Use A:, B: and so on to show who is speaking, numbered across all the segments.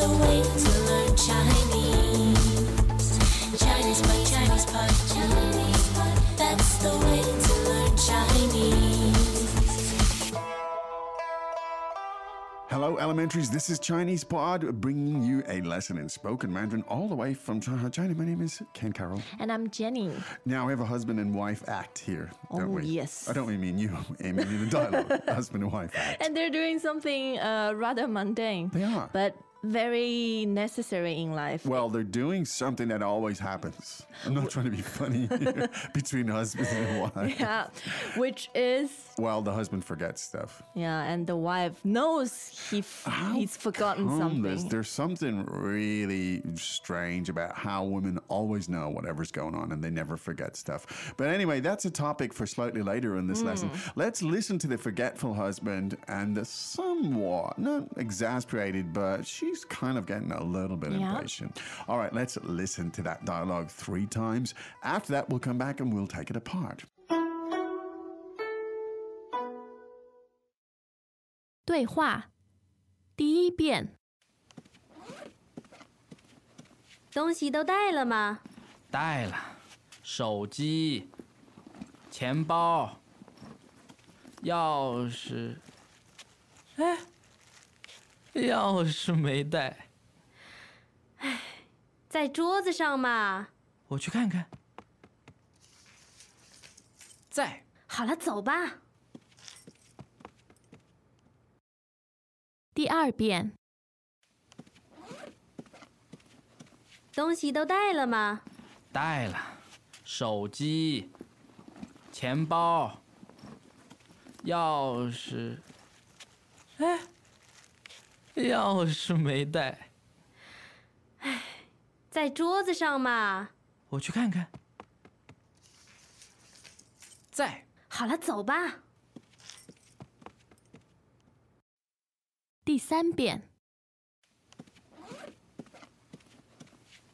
A: a way to learn Chinese. Chinese pot, Chinese pot, Chinese pot. That's the way to learn Chinese.
B: Hello, elementaries. This is Chinese Pod, bringing you a lesson in spoken Mandarin all the way from Shanghai, China. My name is Ken Carroll.
C: And I'm Jenny.
B: Now we have a husband and wife act here, don't
C: Oh,
B: we?
C: yes.
B: I don't really mean you, I mean in the dialogue, husband and wife act.
C: And they're doing something uh, rather mundane.
B: They are.
C: But very necessary in life.
B: Well, they're doing something that always happens. I'm not trying to be funny here between husband and wife.
C: yeah. Which is,
B: Well, the husband forgets stuff.
C: yeah, and the wife knows he f- he's forgotten
B: Come, There's,
C: something.
B: there's something really strange about how women always know whatever's going on and they never forget stuff. But anyway, that's a topic for slightly later in this lesson.
C: Hmm.
B: Let's listen to the forgetful husband and the somewhat, not exasperated, but she's kind of getting a little bit
C: Yeah.
B: impatient. All right, let's listen to that dialogue three times. After that, we'll come back and we'll take it apart.
C: 对话第一遍，
D: 东西都带了吗？
E: 带了，手机、哎钱包、钥匙。哎，钥匙没带，
D: 在桌子上嘛。
E: 我去看看。在，
D: 好了，走吧。
C: 第二遍，
D: 东西都带了吗？
E: 带了，手机、钱包、钥匙。哎，钥匙没带，
D: 在桌子上嘛。
E: 我去看看。在。
D: 好了，走吧。
C: 第三遍，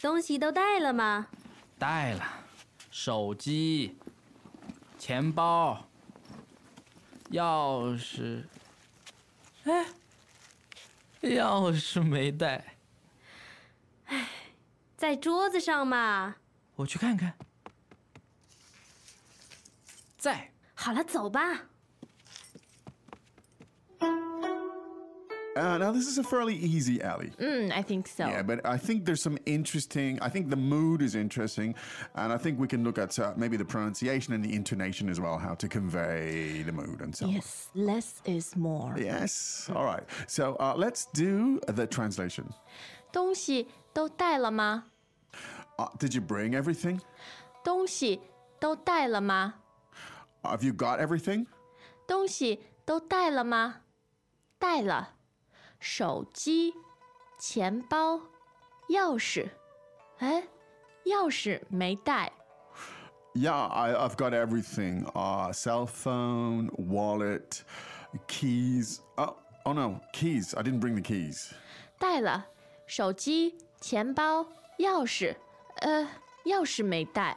D: 东西都带了吗？
E: 带了，手机、钱包、钥匙。哎，钥匙没带，
D: 在桌子上嘛。
E: 我去看看。在，
D: 好了，走吧。
B: Uh, now, this is a fairly easy alley.
C: Mm, I think so.
B: Yeah, but I think there's some interesting. I think the mood is interesting, and I think we can look at uh, maybe the pronunciation and the intonation as well, how to convey the mood and so on.
C: Yes, less is more.
B: Yes. All right. So uh, let's do the translation.
C: 东西都带了吗？
B: Uh, did you bring everything?
C: 东西都带了吗？
B: Have you got everything?
C: 东西都带了吗？带了，手机、钱包、钥匙。哎，钥匙没带，
B: Yeah, I, I've got everything. Uh, cell phone, wallet, keys. Oh, oh no, keys. I didn't bring the keys.
C: 带了手机、钱包、钥匙。呃，钥匙没带，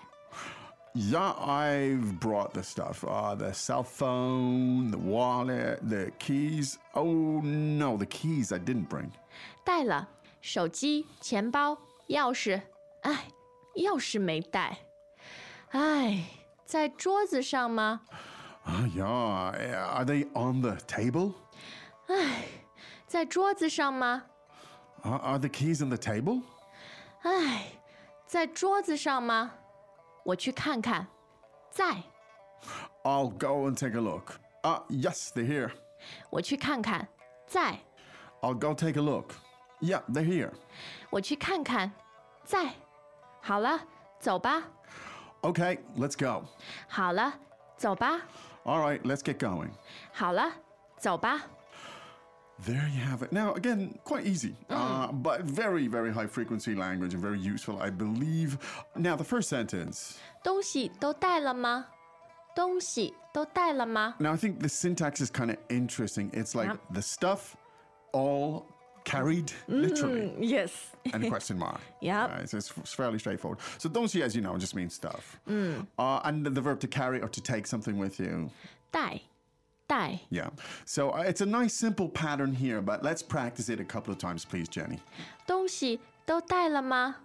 B: Yeah, I've brought the stuff. Uh, the cell phone, the wallet, the keys. Oh no, the keys I didn't bring.
C: 带了手机、钱包、钥匙。哎，钥匙没带。哎，在桌子上吗？
B: Oh yeah, yeah, are they on the table?
C: 在桌子上吗？
B: Are Uh, are the keys on the table?
C: 唉，在桌子上吗？我去看看，在，
B: I'll go and take a look. Uh, yes, they're here.
C: 我去看看，在，
B: I'll go take a look. Yeah, they're here.
C: 我去看看，在。好了，走吧。
B: Okay, let's go.
C: 好了，走吧。
B: All right, let's get going.
C: 好了，走吧。
B: There you have it. Now, again, quite easy, uh, but very, very high frequency language and very useful, I believe. Now, the first sentence.
C: 东西都带了吗？东西都带了吗？
B: Now I think the syntax is kind of interesting. It's like
C: Yep.
B: the stuff all carried literally
C: Yes.
B: and question mark.
C: Yep.
B: Right, so it's, it's fairly straightforward. So don't see as you know
C: Mm.
B: just means stuff. Uh, and the, the verb to carry or to take something with you.
C: 带，带。
B: Yeah. So uh, it's a nice simple pattern here, but let's practice it a couple of times, please, Jenny.
C: 东西都带了吗？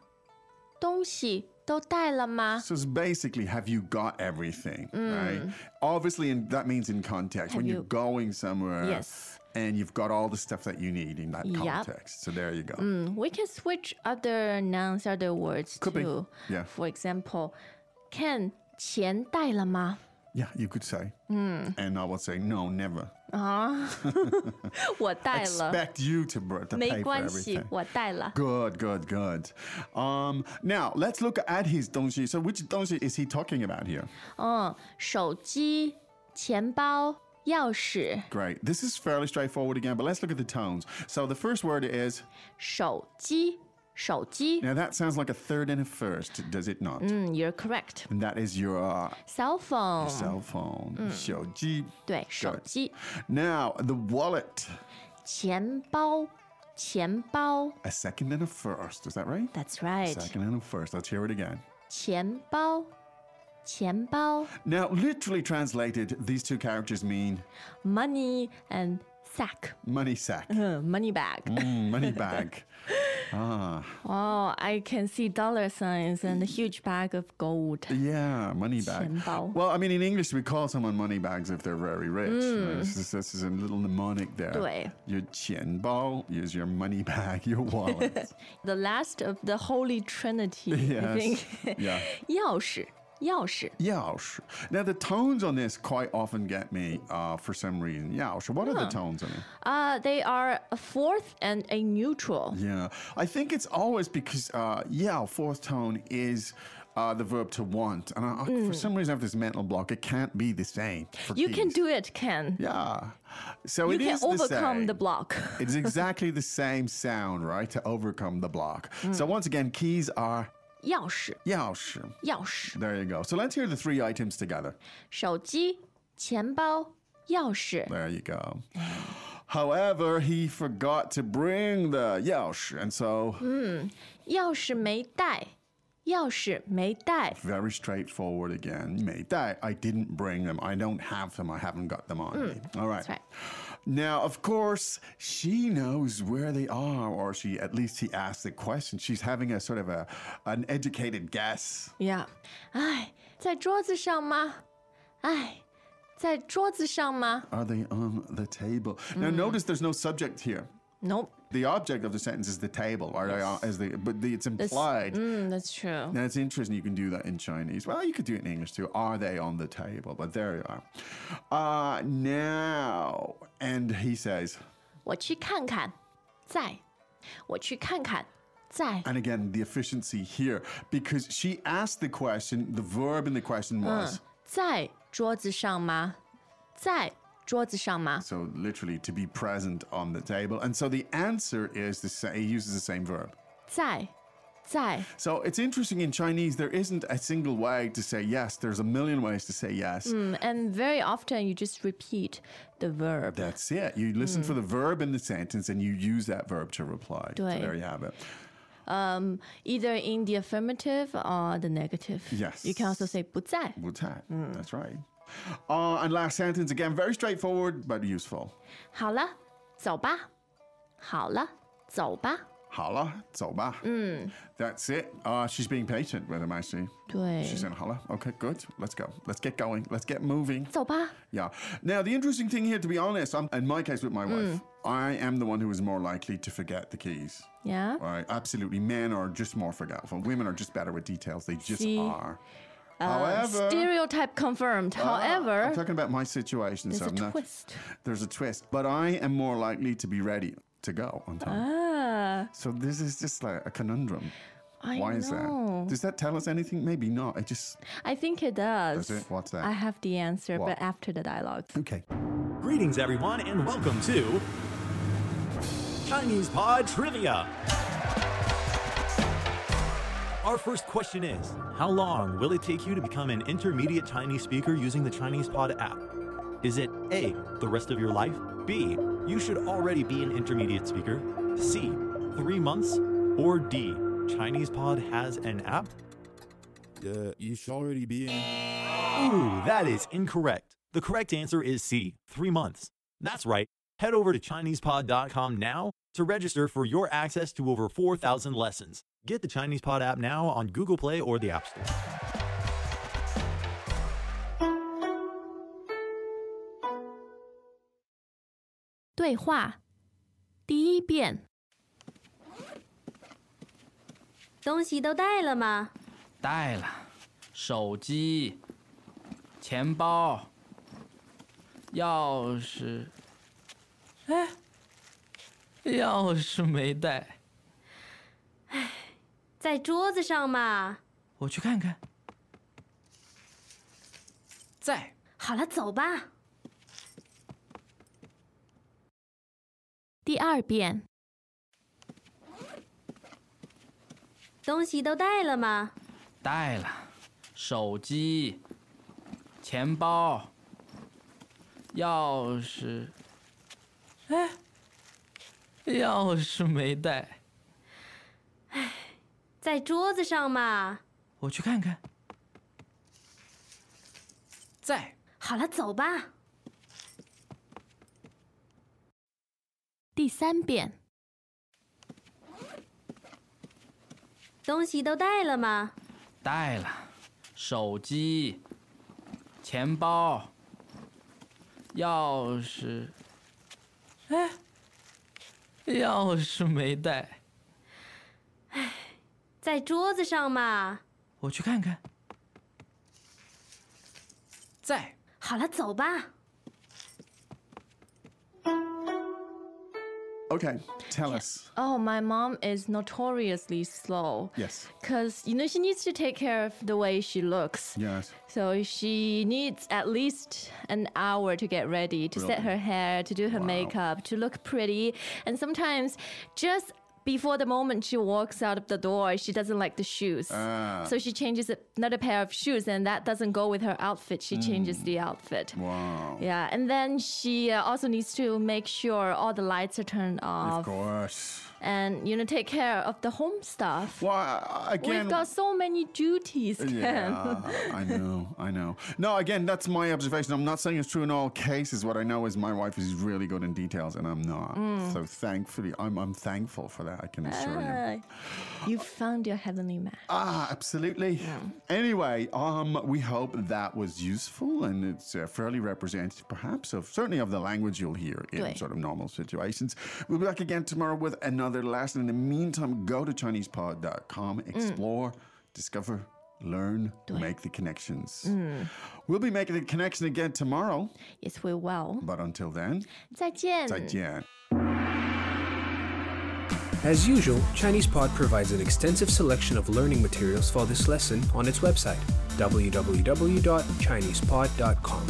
C: 东西都带了吗？
B: So it's basically, have you got everything? Right. Obviously, and that means in context when
C: Mm. Have
B: you're
C: you-
B: going somewhere.
C: Yes.
B: And you've got all the stuff that you need in that
C: Yup.
B: context. So there you go.
C: 嗯，we can switch other nouns, other words
B: Could be.
C: too.
B: Yeah.
C: For example, can 钱带了吗？
B: Yeah, you could say. And I would say, no, never.
C: 我带了，
B: Expect you to, br- to
C: 没
B: pay for
C: 关系
B: everything.，
C: 我带了。
B: Good, good, good. Um, now let's look at his dongxi. So which dongxi is he talking about here?
C: 嗯，手机、钱包、钥匙，
B: Great. This is fairly straightforward again, but let's look at the tones. So the first word is
C: 手机，手机。
B: now that sounds like a third and a first, does it not?
C: 嗯，you're correct.
B: And that is your uh,
C: Cell phone，
B: cell phone. Shoji.
C: 对，手机、
B: Now the wallet,
C: 钱包、钱包。
B: a second and a first. Is that right?
C: That's right.
B: Second and a first. Let's hear it again.
C: 钱包，钱包。
B: Now, literally translated, these two characters mean
C: money and sack.
B: money sack,
C: Uh, money bag.
B: Mm, money bag. ah,
C: Oh, I can see dollar signs and a huge bag of gold.
B: Yeah, money bag.
C: 钱包。
B: Well, I mean, in English, we call someone money bags if they're very rich. right? This, is, this is a little mnemonic there.
C: 对。
B: Your 钱包 is your money bag, your wallet.
C: The last of the Holy Trinity,
B: yes.
C: I think.
B: yeah.
C: 钥匙，钥匙。
B: Yaosh. Now, the tones on this quite often get me uh, for some reason. Yaosh. What are the tones on it?
C: Uh, they are a fourth and a neutral.
B: Yeah. I think it's always because, uh, yeah, fourth tone is. Uh, the verb to want, and I, I, for some reason I have this mental block. It can't be the same. for
C: Mm. You can
B: keys.
C: do it, Ken.
B: Yeah. So
C: You
B: it
C: can
B: is
C: overcome
B: same.
C: the block.
B: It's exactly the same sound, right? To overcome the block.
C: Mm.
B: So once again, keys are 钥匙. There you go. So let's hear the three items together.
C: 钥匙，钥匙，手机，钱包，钥匙。
B: There you go.
C: Mm.
B: However, he forgot to bring the 钥匙, and so
C: 钥匙没带，钥匙没带。
B: very straightforward again. 没带, I didn't bring them. I don't have them. I haven't got them on me. All right.
C: right.
B: Now, of course, she knows where they are, or she at least she asked the question. She's having a sort of a an educated guess.
C: Yeah，哎，在桌子上吗？哎，在桌子上吗
B: Are they on the table? Now, notice there's no subject here.
C: ？Nope。
B: The object of the sentence is the table, or is the but the, it's implied.
C: Mm, that's true.
B: Now it's interesting. You can do that in Chinese. Well, you could do it in English too. Are they on the table? But there you are. Uh, now, and he says,
C: 我去看看，在。我去看看，在。
B: and again, the efficiency here because she asked the question. The verb in the question was
C: 在桌子上吗？在桌子上吗？
B: so literally to be present on the table, and so the answer is the same. He uses the same verb.
C: 在，在。
B: So it's interesting in Chinese, there isn't a single way to say yes. There's a million ways to say yes.
C: Mm, and very often you just repeat the verb.
B: That's it. You listen for the verb in the sentence and you use that verb to reply. So
C: Right.
B: there you have it.
C: Um, Either in the affirmative or the negative.
B: Yes.
C: You can also say 不在。
B: Wutai.
C: Hmm.
B: That's right. Uh, and last sentence again, very straightforward but useful.
C: 好了，走吧。好了，走吧。
B: Hala, zoba.
C: Hmm.
B: That's it. Uh, she's being patient with him, actually.
C: 对，
B: She's in hala. Okay, good. Let's go. Let's get going. Let's get moving.
C: 走吧。
B: Yeah. Now, the interesting thing here, to be honest, I'm, in my case with my
C: Hmm.
B: wife, I am the one who is more likely to forget the keys.
C: Yeah.
B: Right, absolutely. Men are just more forgetful. Women are just better with details. They just
C: See,
B: are.
C: Uh,
B: However,
C: stereotype confirmed.
B: Ah, I'm
C: However,
B: talking about my situation.
C: there's
B: so
C: a
B: I'm not-
C: twist.
B: there's a twist, but I am more likely to be ready to go on time.
C: Ah,
B: So this is just like a conundrum.
C: I
B: Why
C: know.
B: is that? Does that tell us anything? Maybe not. It just
C: I think it does.
B: does it. What's that?
C: I have the answer,
B: What?
C: but after the dialogue.
B: okay.
F: Greetings, everyone, and welcome to Chinese Pod Trivia. Our first question is How long will it take you to become an intermediate Chinese speaker using the Chinese Pod app? Is it A, the rest of your life? B, you should already be an intermediate speaker? C, three months? Or D, Chinese Pod has an app?
G: Uh, you should already be in.
F: Ooh, that is incorrect. The correct answer is C, three months. That's right. Head over to ChinesePod.com now to register for your access to over 4,000 lessons. Get the Chinese Pod app now on Google Play or the App Store.
D: 东西都带了吗？
E: 带了手机、钱包、钥匙。哎，钥匙没带，
D: 在桌子上嘛。
E: 我去看看。在
D: 好了，走吧。
H: 第二遍，
D: 东西都带了吗？
E: 带了手机、钱包、钥匙。哎，钥匙没带，
D: 在桌子上嘛。
E: 我去看看。在
D: 好了，走吧。
H: 第三遍，
D: 东西都带了吗？
E: 带了手机、钱包、钥匙。哎，钥匙没带，
D: 在桌子上嘛。
E: 我去看看。在
D: 好了，走吧。
B: Okay, tell us.
C: Oh, my mom is notoriously slow.
B: Yes.
C: Because, you know, she needs to take care of the way she looks.
B: Yes.
C: So she needs at least an hour to get ready, to set her hair, to do her makeup, to look pretty. And sometimes just before the moment she walks out of the door, she doesn't like the shoes.
B: Ah.
C: So she changes another pair of shoes, and that doesn't go with her outfit. She changes the outfit.
B: Hmm. Wow.
C: Yeah, and then she uh, also needs to make sure all the lights are turned
B: Of
C: off
B: course.
C: and you know take care of the home stuff.
B: Well, I- I- again,
C: We've got so many duties, Ken.
B: Yeah, I know, I know. No, again, that's my observation. I'm not saying it's true in all cases. What I know is my wife is really good in details, and I'm not.
C: Mm.
B: So thankfully, I'm I'm thankful for that. I can assure you.
C: Ah, you found your heavenly match.
B: Ah, absolutely. Anyway, um, we hope that was useful and it's uh, fairly representative, perhaps, of certainly of the language you'll hear in
C: Right.
B: sort of normal situations. We'll be back again tomorrow with another lesson. In the meantime, go to ChinesePod.com, explore, discover, learn, make the connections. We'll be making the connection again tomorrow,
C: Yes, we will.
B: but until then,
H: 再见。
B: zaijian.
I: As usual, ChinesePod provides an extensive selection of learning materials for this lesson on its website, www.chinesepod.com.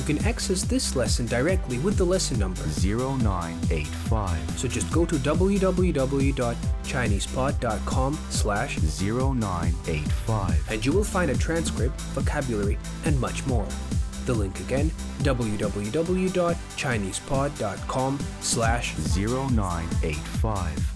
I: You can access this lesson directly with the lesson number,
J: 0985
I: so just go to www.chinesepod.com slash
J: 0985
I: and you will find a transcript, vocabulary, and much more. The link again, www.chinesepod.com slash
J: 0985